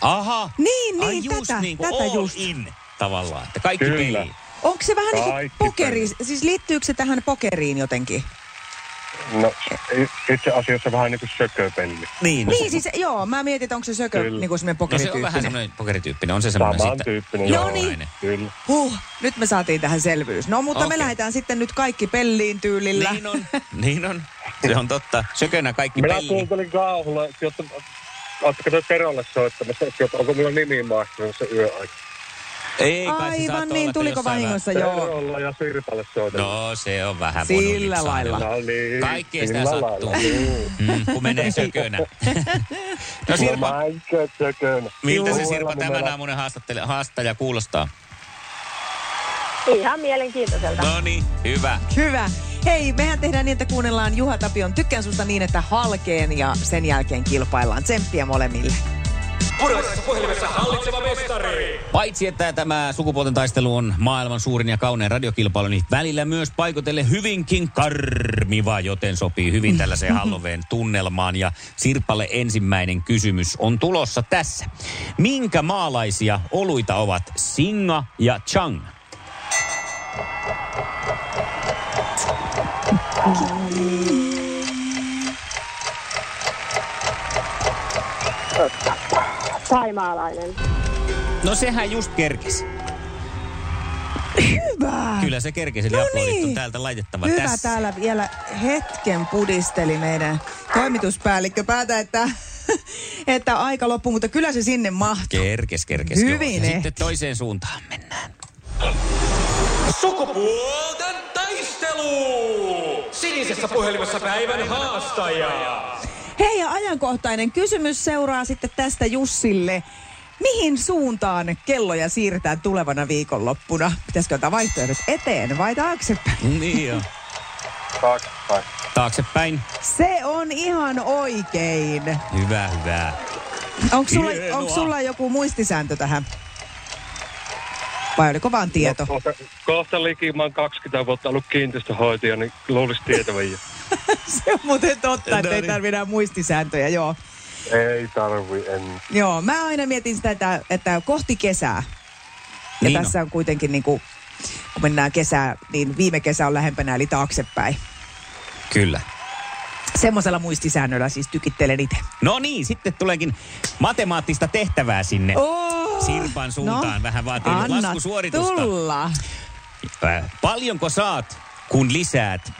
Aha.
Niin,
Ai
niin,
just
tätä,
niin kuin
tätä
all
just.
in tavallaan, että kaikki Kyllä. peliin.
Onko se vähän niin kuin
Kaikki
pokeri, siis liittyykö se tähän pokeriin jotenkin?
No i- itse asiassa vähän niinku sököpeli.
Niin,
niin siis, joo, mä mietin, että onko se sökö
Kyllä.
niin kuin semmoinen
No se on vähän
pokerityyppinen.
semmoinen pokerityyppinen, on se semmoinen
Samantyyppinen,
sitten.
joo. No niin.
Kyllä.
Huh, nyt me saatiin tähän selvyys. No, mutta okay.
Okei.
me lähdetään sitten nyt kaikki pelliin tyylillä.
Niin on, niin on. Se on totta. Sökönä kaikki
Minä
peliin.
kuuntelin kauhulla, että jotta... Oletteko te Terolle soittamassa, että jotta onko minulla nimi maistunut yöaika?
Ei kai se saattoi
Aivan
olla,
niin,
että
tuliko
jossain
vahingossa, joo.
Terolla ja Sirpalle
vähän-
soitellut.
No se on vähän
Sillä
monulit
lailla.
saanella.
No niin,
Kaikkea sitä
sillä
sattuu.
lailla, niin.
Mm, kun menee sökönä. No Sirpa,
Mä enkä sökönä.
miltä se
Uudella
Sirpa tämän
nimellä.
aamunen haastattele- haastaja kuulostaa?
Ihan mielenkiintoiselta.
No niin, hyvä.
Hyvä. Hei, mehän tehdään niin, että kuunnellaan Juha Tapion Tykkään susta niin, että halkeen ja sen jälkeen kilpaillaan. Tsemppiä molemmille.
Puraisessa puhelimessa hallitseva mestari.
Paitsi että tämä sukupuolten taistelu on maailman suurin ja kaunein radiokilpailu, niin välillä myös paikotelle hyvinkin karmiva, joten sopii hyvin tällaiseen Halloween tunnelmaan. Ja Sirpalle ensimmäinen kysymys on tulossa tässä. Minkä maalaisia oluita ovat Singa ja Chang?
Taimaalainen.
No sehän just kerkesi.
Hyvä.
Kyllä se kerkesi, eli
No
aplodit on
niin.
täältä laitettava
Hyvä
tässä.
täällä vielä hetken pudisteli meidän toimituspäällikkö päätä, että, että aika loppu, mutta kyllä se sinne mahtuu.
Kerkes, kerkes.
Hyvin
joo. Ja
ehti.
sitten toiseen suuntaan mennään.
Sukupuolten taistelu! Sinisessä puhelimessa päivän haastaja.
Hei ja ajankohtainen kysymys seuraa sitten tästä Jussille. Mihin suuntaan kelloja siirretään tulevana viikonloppuna? Pitäisikö ottaa vaihtoehdot eteen vai taaksepäin?
Niin jo.
Taaksepäin.
Taaksepäin.
Se on ihan oikein.
Hyvä, hyvä.
Onko sulla,
Hienoa.
onko sulla joku muistisääntö tähän? Vai oliko vaan tieto?
No, kohta, kohta likimaan 20 vuotta ollut kiinteistöhoitaja, niin luulisi tietävän jo.
Se on muuten totta, että ei tarvitse enää muistisääntöjä, joo.
Ei tarvi, en.
Joo, mä aina mietin sitä, että, että kohti kesää. Ja
Niin
niin
on.
tässä on kuitenkin niin kuin, kun mennään kesää, niin viime kesä on lähempänä, eli taaksepäin.
Kyllä.
Semmoisella muistisäännöllä siis tykittelen itse.
No niin, sitten tuleekin matemaattista tehtävää sinne.
Oh,
Sirpan suuntaan vähän vaatii
anna
laskusuoritusta.
tulla.
Äh, Paljonko saat, kun lisäät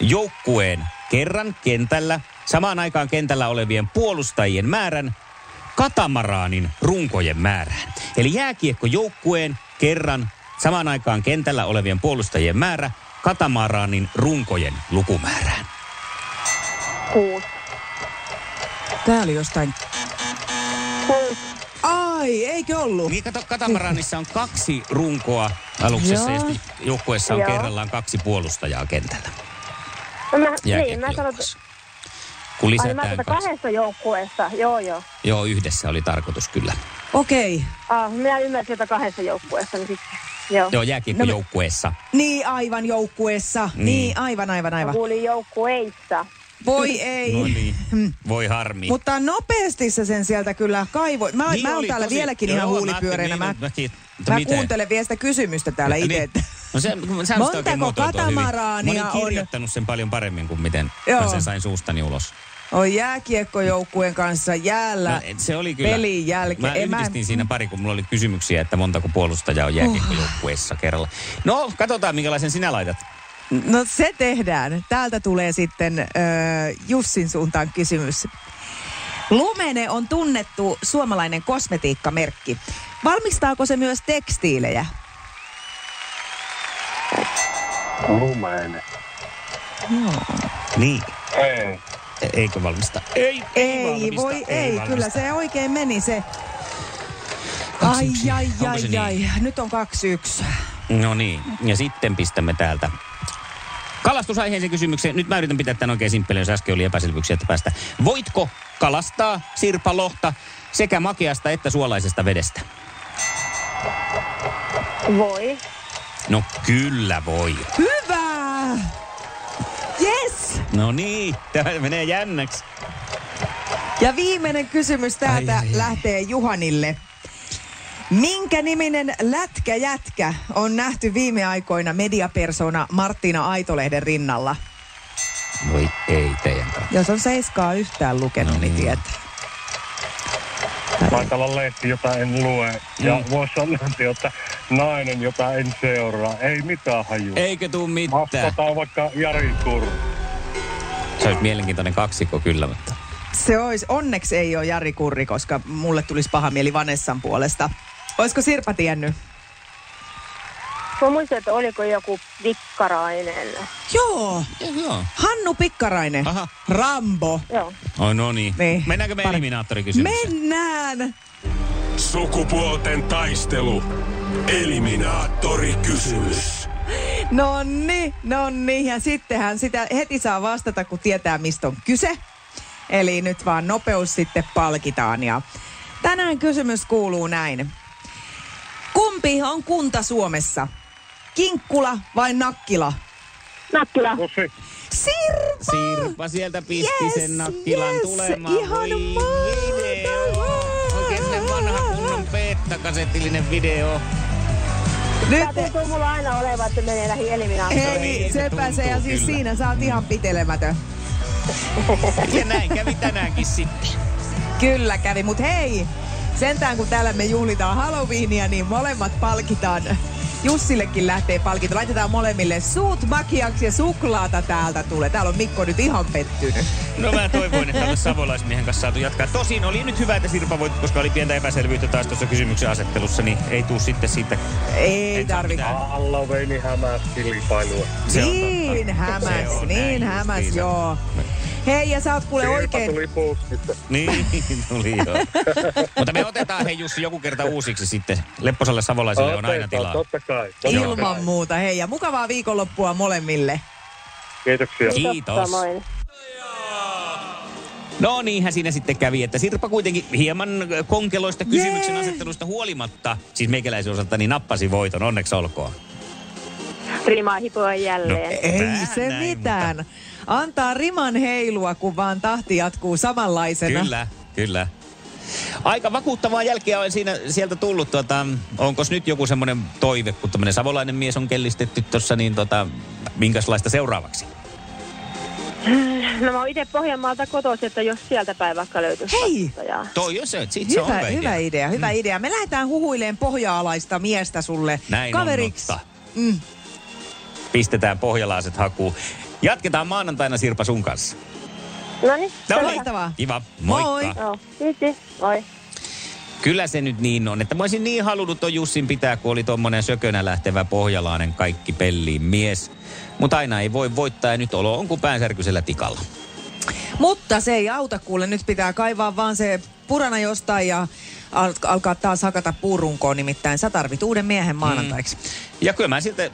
joukkueen kerran kentällä, samaan aikaan kentällä olevien puolustajien määrän, katamaraanin runkojen määrään. Eli jääkiekkojoukkueen kerran, samaan aikaan kentällä olevien puolustajien määrä, katamaraanin runkojen lukumäärään.
Kuusi.
Tää oli jostain... Ai, eikö ollut?
Niin kato, katamaraanissa on kaksi runkoa aluksessa ja
Joo.
sitten joukkueessa on
Joo.
kerrallaan kaksi puolustajaa kentällä.
No mä, niin, mä sanon,
jääkiekkojoukkueessa. Kun
ai mä
lisätään
tota
sanon
kaksi.
kahdessa joukkueessa. Joo, joo.
Joo, yhdessä oli tarkoitus kyllä.
Okei.
Ah, minä ymmärsin, että kahdessa joukkueessa, niin siksi.
No.
Joo.
Joo, jääkiekkojoukkueessa.
Niin, aivan joukkuessa.
Niin.
Niin. niin, aivan, aivan,
Mä
aivan.
kuulin joukkueissa.
Voi ei. Hmm.
No niin, voi harmi.
Mutta nopeasti sä sen sieltä kyllä kaivoit. Mä,
Niin
mä oon
oli
täällä
tosi-
vieläkin
joo,
ihan
mä ajattelin,
huulipyöreinä.
niin,
Mä,
että mäkin- että
mä
miten?
kuuntelen vielä sitä kysymystä täällä itse.
Niin.
että-
No se, sä sitä oikein
Montako
muotoilit tuon hyvin.
katamaraania
Mä olin
on?
kirjoittanut sen paljon paremmin kuin miten mä
Joo.
sen sain suustani ulos.
On jääkiekkojoukkueen kanssa jäällä.
No, et se oli kyllä.
Pelin jälkeen.
Mä
En mä-
yhdistin siinä pari, kun mulla oli kysymyksiä, että montako puolustajaa on jääkiekkojoukkueessa
Oh.
kerralla. No, katsotaan minkälaisen sinä laitat.
No se tehdään. Täältä tulee sitten äh, Jussin suuntaan kysymys. Lumene on tunnettu suomalainen kosmetiikkamerkki. Valmistaako se myös tekstiilejä?
Lumeinen.
Niin.
Ei.
E- Eikö valmista? Ei,
Ei,
valmista,
voi ei,
valmista.
kyllä se oikein meni se. Ai,
yksi.
ai,
Onko
ai,
se
niin?
niin?
ai. Nyt on kaksi yksi.
No niin, ja sitten pistämme täältä kalastusaiheeseen kysymykseen. Nyt mä yritän pitää tämän oikein simppelin, jos äsken oli epäselvyyksiä, että päästä. Voitko kalastaa sirpalohta sekä makeasta että suolaisesta vedestä?
Voi.
No kyllä voi.
Hyvä! Yes!
No niin, tämä menee jännäksi.
Ja viimeinen kysymys täältä
Ai, ai, ai.
lähtee Juhanille. Minkä niminen lätkäjätkä on nähty viime aikoina mediapersona Martina Aitolehden rinnalla?
Voi ei teidän kanssa.
Jos on seiskaa yhtään lukenut, no niin. niin tietää.
Taitaa olla lehti, jota en lue. Ja
Mm.
voisi olla, että nainen, jota en seuraa. Ei mitään hajua.
Eikö tuu mitään?
Vastataan vaikka Jari Kurru.
Se olisi mielenkiintoinen kaksikko kyllä, mutta...
Se olisi, onneksi ei ole Jari Kurri, koska mulle tulisi paha mieli Vanessan puolesta. Olisiko Sirpa tiennyt?
Mä muistan, että oliko joku pikkarainen.
Joo.
Joo.
Hannu Pikkarainen. Aha. Rambo.
Joo.
Oi no niin.
Niin.
Mennäänkö me
Pari-
eliminaattorikysymykseen?
Mennään!
Sukupuolten taistelu. Eliminaattori kysymys.
Nonni, nonni. Ja sittenhän sitä heti saa vastata, kun tietää, mistä on kyse. Eli nyt vaan nopeus sitten palkitaan. Ja tänään kysymys kuuluu näin. Kumpi on kunta Suomessa? Kinkkula vai Nakkila?
Nakkila.
Sirpa!
Sirpa sieltä pisti
Yes,
sen nakkilan
yes,
tulemaan.
ihan
Voi video. Oikein semmonen vanha kunnon peettakasetillinen video.
Tää
Nyt
tuntuu mulla aina olevan, että menee näihin eliminaattoreihin.
Hei,
niin, se
sepä se
tuntuu
ja siis
kyllä.
siinä sä oot ihan pitelemätön.
Ja näin kävi tänäänkin sitten.
Kyllä kävi, mut hei! Sentään kun täällä me juhlitaan Halloweenia, niin molemmat palkitaan. Jussillekin lähtee palkinto. Laitetaan molemmille suut makiaksi ja suklaata täältä tulee. Täällä on Mikko nyt ihan pettynyt.
No mä toivoin, että olisi savolaismiehen kanssa saatu jatkaa. Tosin oli nyt hyvä, että Sirpa voitti, koska oli pientä epäselvyyttä taas tuossa kysymyksen asettelussa, niin ei tuu sitten siitä.
Ei
Ei saa
tarvitse.
mitään.
Halloweeni hämää kilpailua.
Se on
Niin
totta.
hämäs,
Se on
niin
näin
hämäs,
justiinsa.
joo. Hei, ja sä oot kuule
Sirpa
oikein...
tuli puskista.
Niin, tuli joo. Mutta me otetaan hei Jussi joku kerta uusiksi sitten. Lepposalle Savolaiselle on aina
Otetaan,
tilaa.
Totta kai. totta
Ilman
kai.
muuta, hei. Ja mukavaa viikonloppua molemmille.
Kiitoksia.
Kiitos.
Samoin.
No niinhän siinä sitten kävi, että Sirpa kuitenkin hieman konkeloista kysymyksen asettelusta huolimatta, siis meikäläisen osalta, niin nappasi voiton, onneksi olkoon.
Rimaa hipoa jälleen.
No,
Ei
Vähän
se
näin,
mitään. Antaa riman heilua, kun vaan tahti jatkuu samanlaisena.
Kyllä, kyllä. Aika vakuuttavaa jälkeä on siinä sieltä tullut. Tuota, onko nyt joku semmoinen toive, kun tämmöinen savolainen mies on kellistetty tuossa, niin tota, minkälaista seuraavaksi?
No mä oon itse Pohjanmaalta kotoisin, että jos sieltä päin vaikka löytyisi
Hei!
vastustajaa.
Toi on se, sit se Mm. on
Hyvä, hyvä idea, hyvä idea. Me lähdetään huhuileen pohja-alaista miestä sulle
Näin on
kaveriksi.
totta.
Mm.
Pistetään pohjalaiset hakuun. Jatketaan maanantaina Sirpa sun kanssa.
No niin.
No niin.
Loistavaa.
Kiva, moikka.
Moi.
Joo, kiitti. Moi.
Kyllä se nyt niin on, että mä olisin niin halunnut ton Jussin pitää, kun oli tommonen sökönä lähtevä pohjalainen kaikki pelliin mies. Mutta aina ei voi voittaa ja nyt olo on kuin päänsärkysellä tikalla.
Mutta se ei auta kuule, nyt pitää kaivaa vaan se purana jostain ja al- alkaa taas hakata puurunkoon, nimittäin sä tarvit uuden miehen maanantaiksi.
Mm. Ja kyllä mä siltä,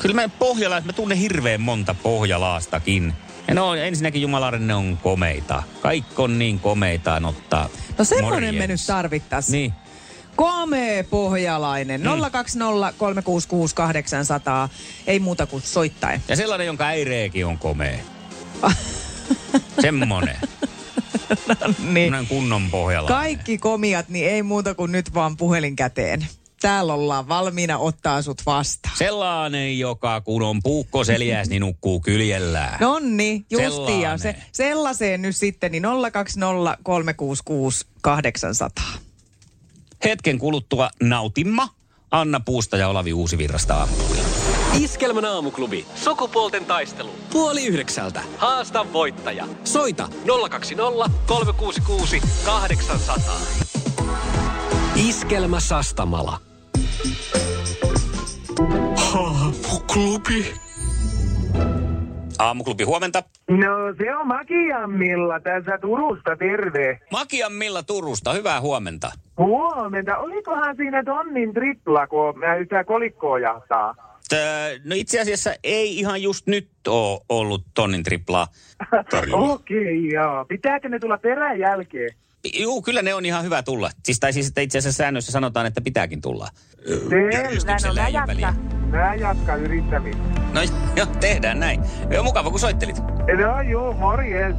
kyllä mä pohjalaiset, mä tunnen hirveän monta pohjalaastakin. Ja no ensinnäkin jumalaren ne on komeita. Kaikki on niin komeita ottaa.
No semmonen me nyt
morjens.
tarvittaisiin.
Niin. Mm.
Komee pohjalainen. 020 366 800. Ei muuta kuin soittain.
Ja sellainen, jonka äireekin on komea. Semmonen.
Niin.
Semmonen kunnon pohjalainen.
Kaikki komiat, niin ei muuta kuin nyt vaan puhelin käteen. Täällä ollaan valmiina ottaa sut vastaan.
Sellainen, joka kun on puukko seljäs, niin nukkuu kyljellään. No,
Nonni, justi
Sellainen.
ja se, sellaiseen nyt sitten, niin 020 366 800.
Hetken kuluttua nautimma. Anna Puusta ja Olavi Uusivirrasta aamulla.
Iskelmän aamuklubi. Sukupuolten taistelu. Puoli yhdeksältä. Haasta voittaja. Soita 020 366 800. Iskelmä Sastamala.
Haapuklubi.
Aamuklubi huomenta.
No se on Makiammilla tässä Turusta, terve.
Makian Milla Turusta, hyvää huomenta.
Huomenta. Olikohan siinä tonnin tripla, kun mä sitä kolikkoa jahtaa?
Tö, no itse asiassa ei ihan just nyt ole ollut tonnin triplaa tarjolla.
Okei, joo. Pitääkö ne tulla perään jälkeen?
Juu, kyllä ne on ihan hyvä tulla. Siis, tai siis että itse asiassa säännöissä sanotaan, että pitääkin tulla. Järjestyksellä ei ole väliä.
No, Mä jatkan yrittämistä.
No joo, tehdään näin. Joo, mukava kun soittelit.
No joo, morjes.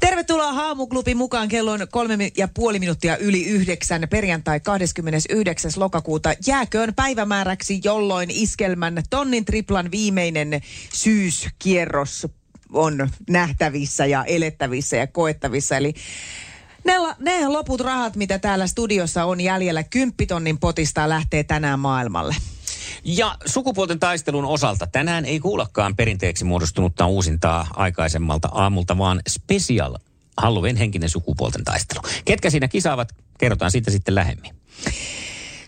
Tervetuloa Haamuklubiin mukaan. Kello on kolme mi- ja puoli minuuttia yli yhdeksän perjantai 29. lokakuuta. Jääköön päivämääräksi, jolloin iskelmän tonnin triplan viimeinen syyskierros on nähtävissä ja elettävissä ja koettavissa. Eli ne, la- ne loput rahat, mitä täällä studiossa on jäljellä, kymppitonnin potista lähtee tänään maailmalle.
Ja sukupuolten taistelun osalta tänään ei kuullakaan perinteeksi muodostunutta uusintaa aikaisemmalta aamulta, vaan special Halloween henkinen sukupuolten taistelu. Ketkä siinä kisaavat, kerrotaan siitä sitten lähemmin.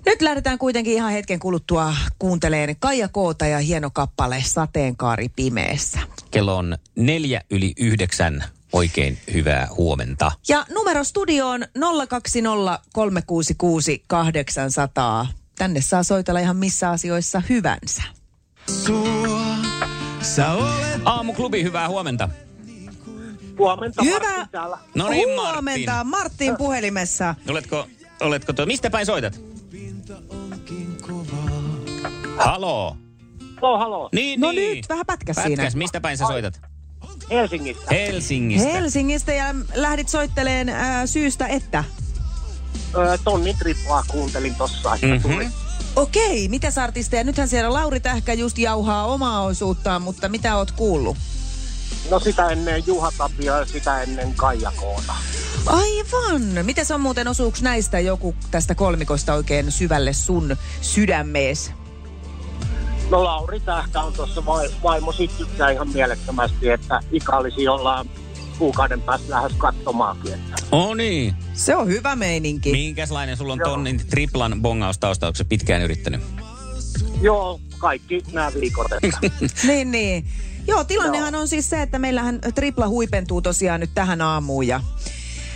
Nyt lähdetään kuitenkin ihan hetken kuluttua kuunteleen Kaija Koota ja hieno kappale Sateenkaari pimeessä.
Kello on neljä yli yhdeksän. Oikein hyvää huomenta.
Ja numero studioon 020366800. Tänne saa soitella ihan missä asioissa hyvänsä.
Sua, sä olet... Aamuklubi, hyvää huomenta.
Huomenta
Hyvä.
No niin,
Huomenta. Martin puhelimessa.
Oletko, oletko tuo, mistä päin soitat? Haloo.
Halo, halo.
Niin,
No
niin.
nyt, vähän pätkäs
pätkäs
siinä.
mistä päin sä soitat?
Helsingistä.
Helsingistä.
Helsingistä ja lähdit soitteleen ää, syystä, että...
Öö, tonnin triplaa kuuntelin tossa. Että tuli.
Okei, mitä artisteja? Nythän siellä Lauri Tähkä just jauhaa omaa osuuttaan, mutta mitä oot kuullut?
No sitä ennen Juha Tapio ja sitä ennen Kaija Koota.
Aivan. Mitä on muuten osuuks näistä joku tästä kolmikosta oikein syvälle sun sydämees?
No Lauri Tähkä on tuossa vai, vaimo sit tykkää ihan mielettömästi, että ikallisi ollaan kuukauden päästä lähes katsomaankin. Että
Oh niin.
Se on hyvä meininki.
Minkäslainen sulla on tonnin triplan bongaus tausta? Onko se pitkään yrittänyt?
joo, kaikki nämä viikot. Että.
niin, niin. Joo, tilannehan on siis se, että meillähän tripla huipentuu tosiaan nyt tähän aamuun ja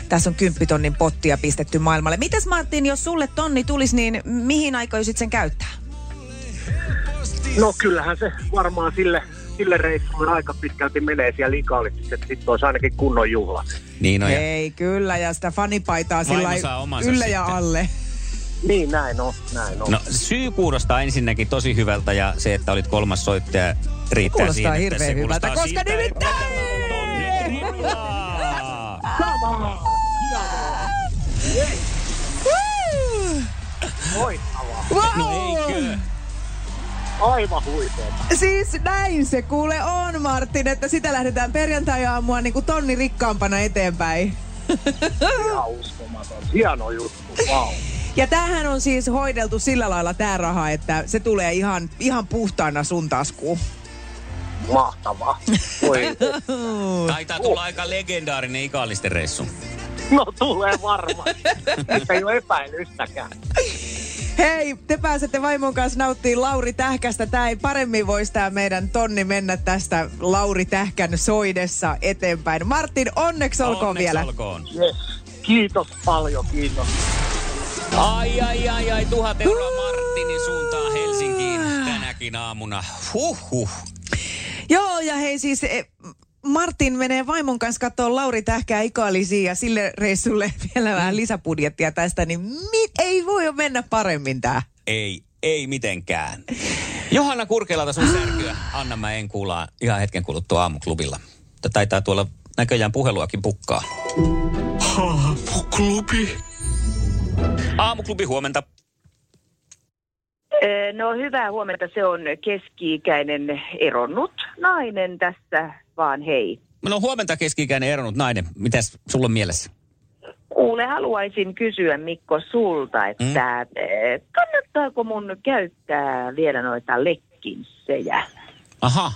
tässä on kymppitonnin pottia pistetty maailmalle. Mitäs Martin, jos sulle tonni tulisi, niin mihin aikoisit sen käyttää?
No kyllähän se varmaan sille, sille reissulle aika pitkälti menee siellä ikallisesti, että sitten olisi ainakin kunnon juhla.
Niin on. ja-
Ei, kyllä, ja sitä fanipaitaa
Vaimo
sillä
saa
lailla
omansa
yllä ja
sitten.
alle.
Niin, näin on, näin on.
No syy kuulostaa ensinnäkin tosi hyvältä ja se, että olit kolmas soittaja riittää
Kuulostaa
siihen, että
hirveän
se
hyvältä,
kuulostaa
koska
siltä, että-
nimittäin...
Voittavaa.
Wow!
Aivan huikeeta.
Siis näin se kuule on, Martin, että sitä lähdetään perjantai-aamua niin kuin tonni rikkaampana eteenpäin.
Ihan uskomaton. Hieno juttu. Wow.
Ja tämähän on siis hoideltu sillä lailla tämä raha, että se tulee ihan, ihan puhtaana sun taskuun.
Mahtavaa. Voi.
Taitaa tulla aika legendaarinen ikallisten reissu.
No tulee varmaan. Nyt ei ole epäilystäkään.
Hei, te pääsette vaimon kanssa nauttimaan Lauri Tähkästä. Tämä ei paremmin voisi tämä meidän tonni mennä tästä Lauri Tähkän soidessa eteenpäin. Martin, onneksi olkoon
Onneksi
vielä.
Olkoon.
Yes. Kiitos paljon, kiitos.
Ai, ai, ai, ai, tuhat euroa Martinin suuntaan Helsinkiin tänäkin aamuna. Huh, huh.
Joo, ja hei siis... E- Martin menee vaimon kanssa katsoa Lauri Tähkää ikalisiin ja sille reissulle vielä vähän lisäbudjettia tästä, niin mi- ei voi mennä paremmin tää.
Ei, ei mitenkään. Johanna Kurkelalta sun särkyä. Anna mä en kuulaa ihan hetken kuluttua aamuklubilla. Mutta Taitaa tuolla näköjään puheluakin pukkaa.
Haapuklubi.
Aamuklubi huomenta.
Öö, No hyvää huomenta, se on keski-ikäinen eronnut nainen tässä, vaan hei.
No huomenta keski-ikäinen eronnut nainen. Mitäs sulla on mielessä?
Kuule, haluaisin kysyä Mikko sulta, että mm. kannattaako mun käyttää vielä noita lekkinsejä?
Aha.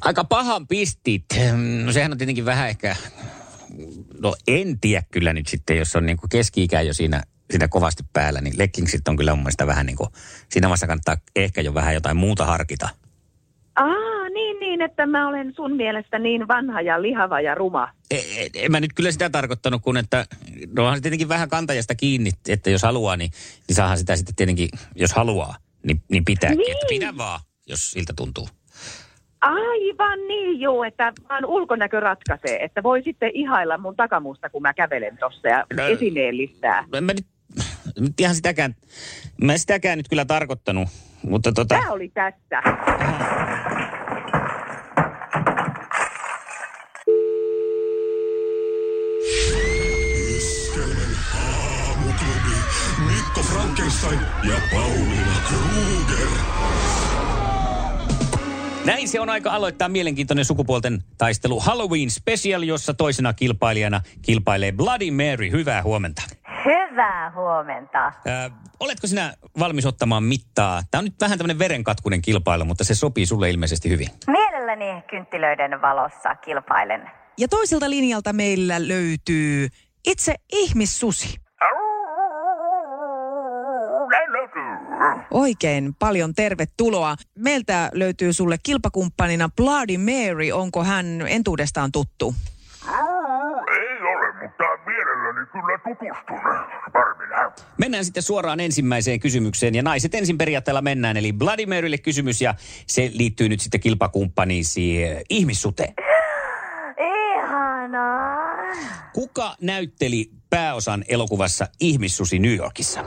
Aika pahan pistit. Mm,
Hmm,
No sehän on tietenkin vähän ehkä... No en tiedä kyllä nyt sitten, jos on niin kuin keski-ikä jo siinä, siinä kovasti päällä, niin leggingsit on kyllä mun mielestä niinku, vähän niin kuin... Siinä vaiheessa kannattaa ehkä jo vähän jotain muuta harkita.
Aa, niin, niin,
niin, että mä olen sun mielestä niin vanha ja lihava ja ruma.
E- e- en mä nyt kyllä sitä tarkoittanut, kun että no onhan se tietenkin vähän kantajasta kiinni, että jos haluaa, niin, niin saahan sitä sitten tietenkin, jos haluaa, niin, niin pitääkin.
Niin.
Että pidä vaan, jos siltä tuntuu.
Aivan niin, juu, että vaan ulkonäkö ratkaisee, että voi sitten ihailla mun takamusta, kun mä kävelen tossa ja
No.
no. esineellistää.
En mä nyt, nyt ihan sitäkään, mä en sitäkään nyt kyllä tarkoittanut, mutta tota...
Tämä oli tässä.
Aamuklubi, Mikko Frankenstein ja Pauliina Kruger.
Näin se on aika aloittaa mielenkiintoinen sukupuolten taistelu Halloween Special, jossa toisena kilpailijana kilpailee Bloody Mary. Hyvää huomenta.
Hyvää huomenta.
Ö, oletko sinä valmis ottamaan mittaa? Tämä on nyt vähän tämmöinen verenkatkunen kilpailu, mutta se sopii sulle ilmeisesti hyvin.
Mielelläni kynttilöiden valossa kilpailen.
Ja toiselta linjalta meillä löytyy itse ihmissusi. Oikein paljon tervetuloa. Meiltä löytyy sulle kilpakumppanina Bloody Mary. Onko hän entuudestaan tuttu?
Ei ole, mutta mielelläni kyllä tutustun. Paremmin hän.
Mennään sitten suoraan ensimmäiseen kysymykseen ja naiset ensin periaatteella mennään. Eli Bloody Marylle kysymys ja se liittyy nyt sitten kilpakumppaniisi eh, ihmissuteen.
Ihanaa.
Kuka näytteli pääosan elokuvassa Ihmissusi New Yorkissa?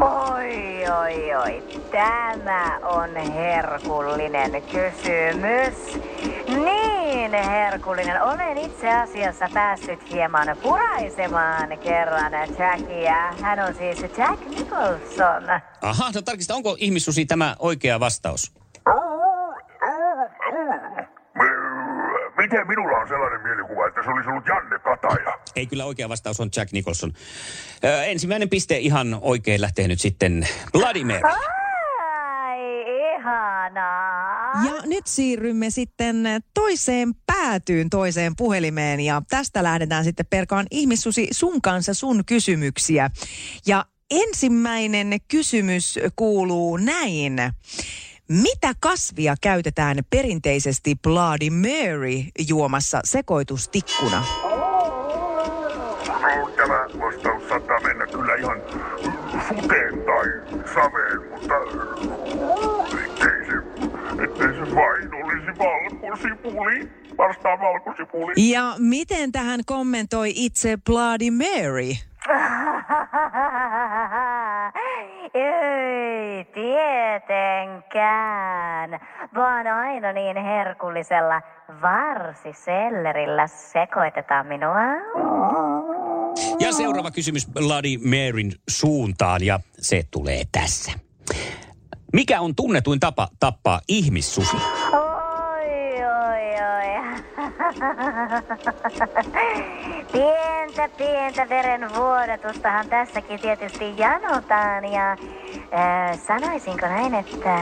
Oi, oi, oi. Tämä on herkullinen kysymys. Niin herkullinen. Olen itse asiassa päässyt hieman puraisemaan kerran Jackia. Hän on siis Jack Nicholson.
Aha, no tarkista, onko Ihmissusi tämä oikea vastaus?
Miten minulla on sellainen mielikuva, että se olisi ollut Janne Kataja?
Ei, kyllä oikea vastaus on Jack Nicholson. Ö, ensimmäinen piste ihan oikein lähtee nyt sitten Bloody Mary.
Ai, ihanaa.
Ja nyt siirrymme sitten toiseen päätyyn, toiseen puhelimeen ja tästä lähdetään sitten perkaan ihmissusi sun kanssa sun kysymyksiä. Ja ensimmäinen kysymys kuuluu näin. Mitä kasvia käytetään perinteisesti Bloody Mary juomassa sekoitustikkuna?
No, tämä vastaus saattaa mennä kyllä ihan suteen tai saveen, mutta ettei se, ettei se vain olisi valkosipuli. Vastaan valkosipuli.
Ja miten tähän kommentoi itse Bloody Mary?
Ei tietenkään, vaan aina niin herkullisella varsisellerillä sekoitetaan minua.
Ja seuraava kysymys Bloody Maryn suuntaan ja se tulee tässä. Mikä on tunnetuin tapa tappaa ihmissusi?
Oi, oi, oi. Pientä, pientä verenvuodatustahan tässäkin tietysti janotaan ja äh, sanoisinko näin, että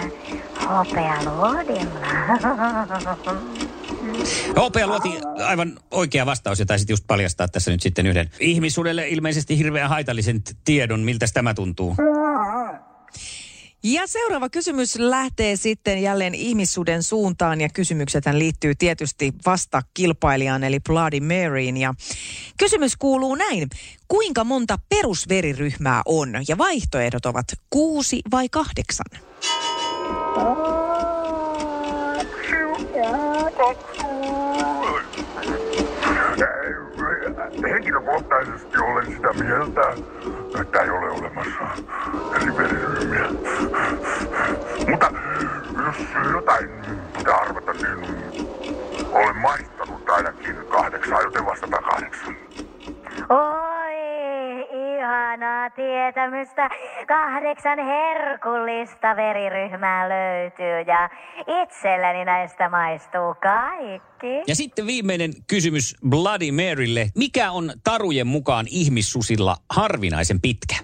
hopealuodilla.
Opea luoti aivan oikea vastaus ja taisit just paljastaa tässä nyt sitten yhden ihmisudelle ilmeisesti hirveän haitallisen t- tiedon. Miltä tämä tuntuu?
Ja seuraava kysymys lähtee sitten jälleen ihmissuden suuntaan ja kysymyksethän liittyy tietysti vasta kilpailijaan eli Bloody Maryin. Ja kysymys kuuluu näin, kuinka monta perusveriryhmää on ja vaihtoehdot ovat kuusi vai kahdeksan?
Henkilökohtaisesti olen sitä mieltä, että ei ole olemassa eri veriryhmiä. Mutta jos jotain pitää arvata, niin olen maistanut ainakin kahdeksan, joten vastata kahdeksan.
Oi, ihanaa tietämystä. Kahdeksan herkullista veriryhmää löytyy ja itselläni näistä maistuu kaikki.
Ja sitten viimeinen kysymys Bloody Marylle. Mikä on tarujen mukaan ihmissusilla harvinaisen pitkä?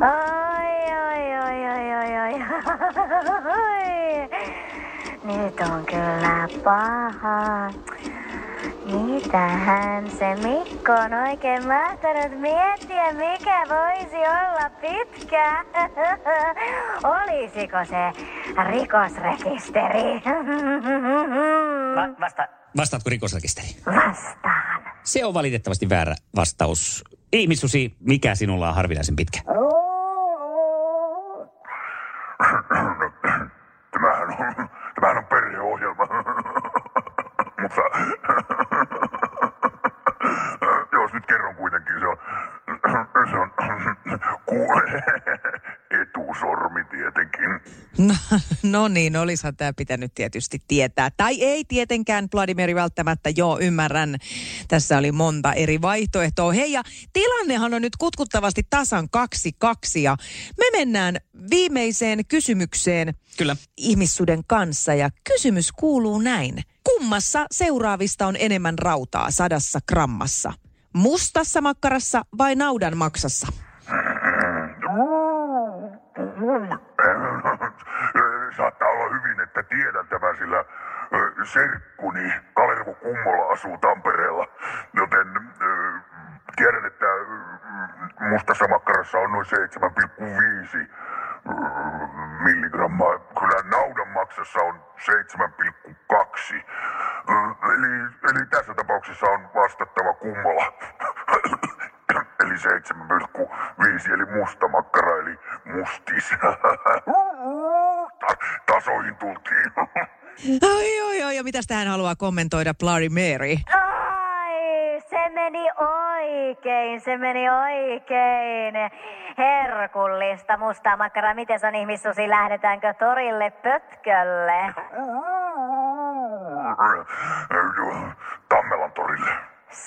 Oi, oi, oi, oi, oi, oi. Nyt on kyllä paha. Mitähän se Mikko on oikein mahtanut miettiä, mikä voisi olla pitkä? Olisiko se rikosrekisteri?
Va- vasta- Vastaatko rikosrekisteriin?
Vastaan.
Se on valitettavasti väärä vastaus. Ihmissusi, mikä sinulla on harvinaisen pitkä?
Tämähän on, tämähän on perheohjelma. Mutta jos nyt kerron kuitenkin, se on, se on kuule, etusormi tietenkin.
No, no niin, olisihan tämä pitänyt tietysti tietää. Tai ei tietenkään, Vladimir välttämättä, joo, ymmärrän. Tässä oli monta eri vaihtoehtoa. Hei, ja tilannehan on nyt kutkuttavasti tasan kaksi kaksi, ja me mennään viimeiseen kysymykseen
Kyllä.
ihmissuden kanssa, ja kysymys kuuluu näin. Kummassa seuraavista on enemmän rautaa sadassa grammassa? Mustassa makkarassa vai naudan maksassa?
Äh, Saattaa olla hyvin, että äh, tiedän tämän, sillä ö, serkkuni Kalervo Kummola asuu Tampereella. Joten ö, äh, tiedän, että ö, mustassa makkarassa on noin 7,5 ö, milligrammaa. Kyllä naudan maksassa on 7,2. Ö, Äh, Eli, eli tässä tapauksessa on vastattava Kummola. Eli 7,5, eli musta makkara, eli mustis. Ta- tasoihin tultiin.
Oi, oi, oi, ja mitäs tähän haluaa kommentoida Blari Mary?
Ai, se meni oikein, se meni oikein. Herkullista mustaa makkaraa. Miten on ihmissusi? Lähdetäänkö torille pötkölle?
Tammelan torille.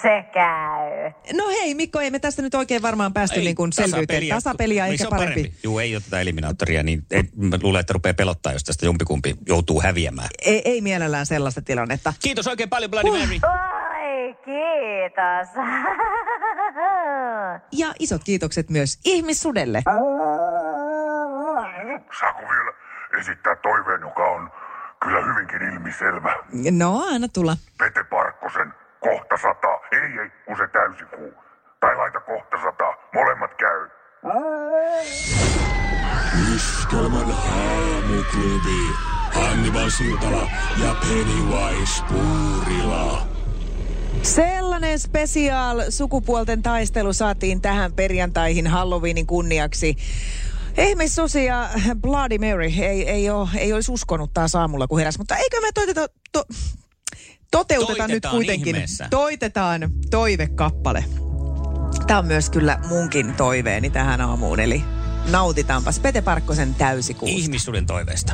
Se käy.
No hei Mikko, ei me tästä nyt oikein varmaan päästy
Ei,
niin kuin selvyyteen. Tasapeliä
Niin,
eikä
se on
parempi. parempi.
Juu, ei oteta eliminaattoria, niin ei, mä luulen, että rupeaa pelottaa, jos tästä jompikumpi joutuu häviämään.
Ei, ei mielellään sellaista tilannetta.
Kiitos oikein paljon, Bloody Mary.
Oi, kiitos.
Ja isot kiitokset myös ihmissudelle.
Saako vielä esittää toiveen, joka on kyllä hyvinkin ilmiselvä?
No, anna tulla.
Pete Parkkosen kohta sataa. Ei, ei, kun se täysikuu. Tai laita kohta sataa. Molemmat käy.
Iskelmän aamuklubi. Hannibal Siltala ja Pennywise Puurila.
Sellainen spesiaal sukupuolten taistelu saatiin tähän perjantaihin Halloweenin kunniaksi. Ihmissusi ja Bloody Mary ei, ei, ole, ei olisi uskonut taas aamulla, kun heräsi. Mutta eikö me toiteta, to, toteutetaan nyt
Toitetaan
kuitenkin.
ihmeessä.
Toitetaan toivekappale. Tämä on myös kyllä munkin toiveeni tähän aamuun, eli nautitaanpas Pete Parkkosen täysikuusta.
Ihmissuden toiveesta.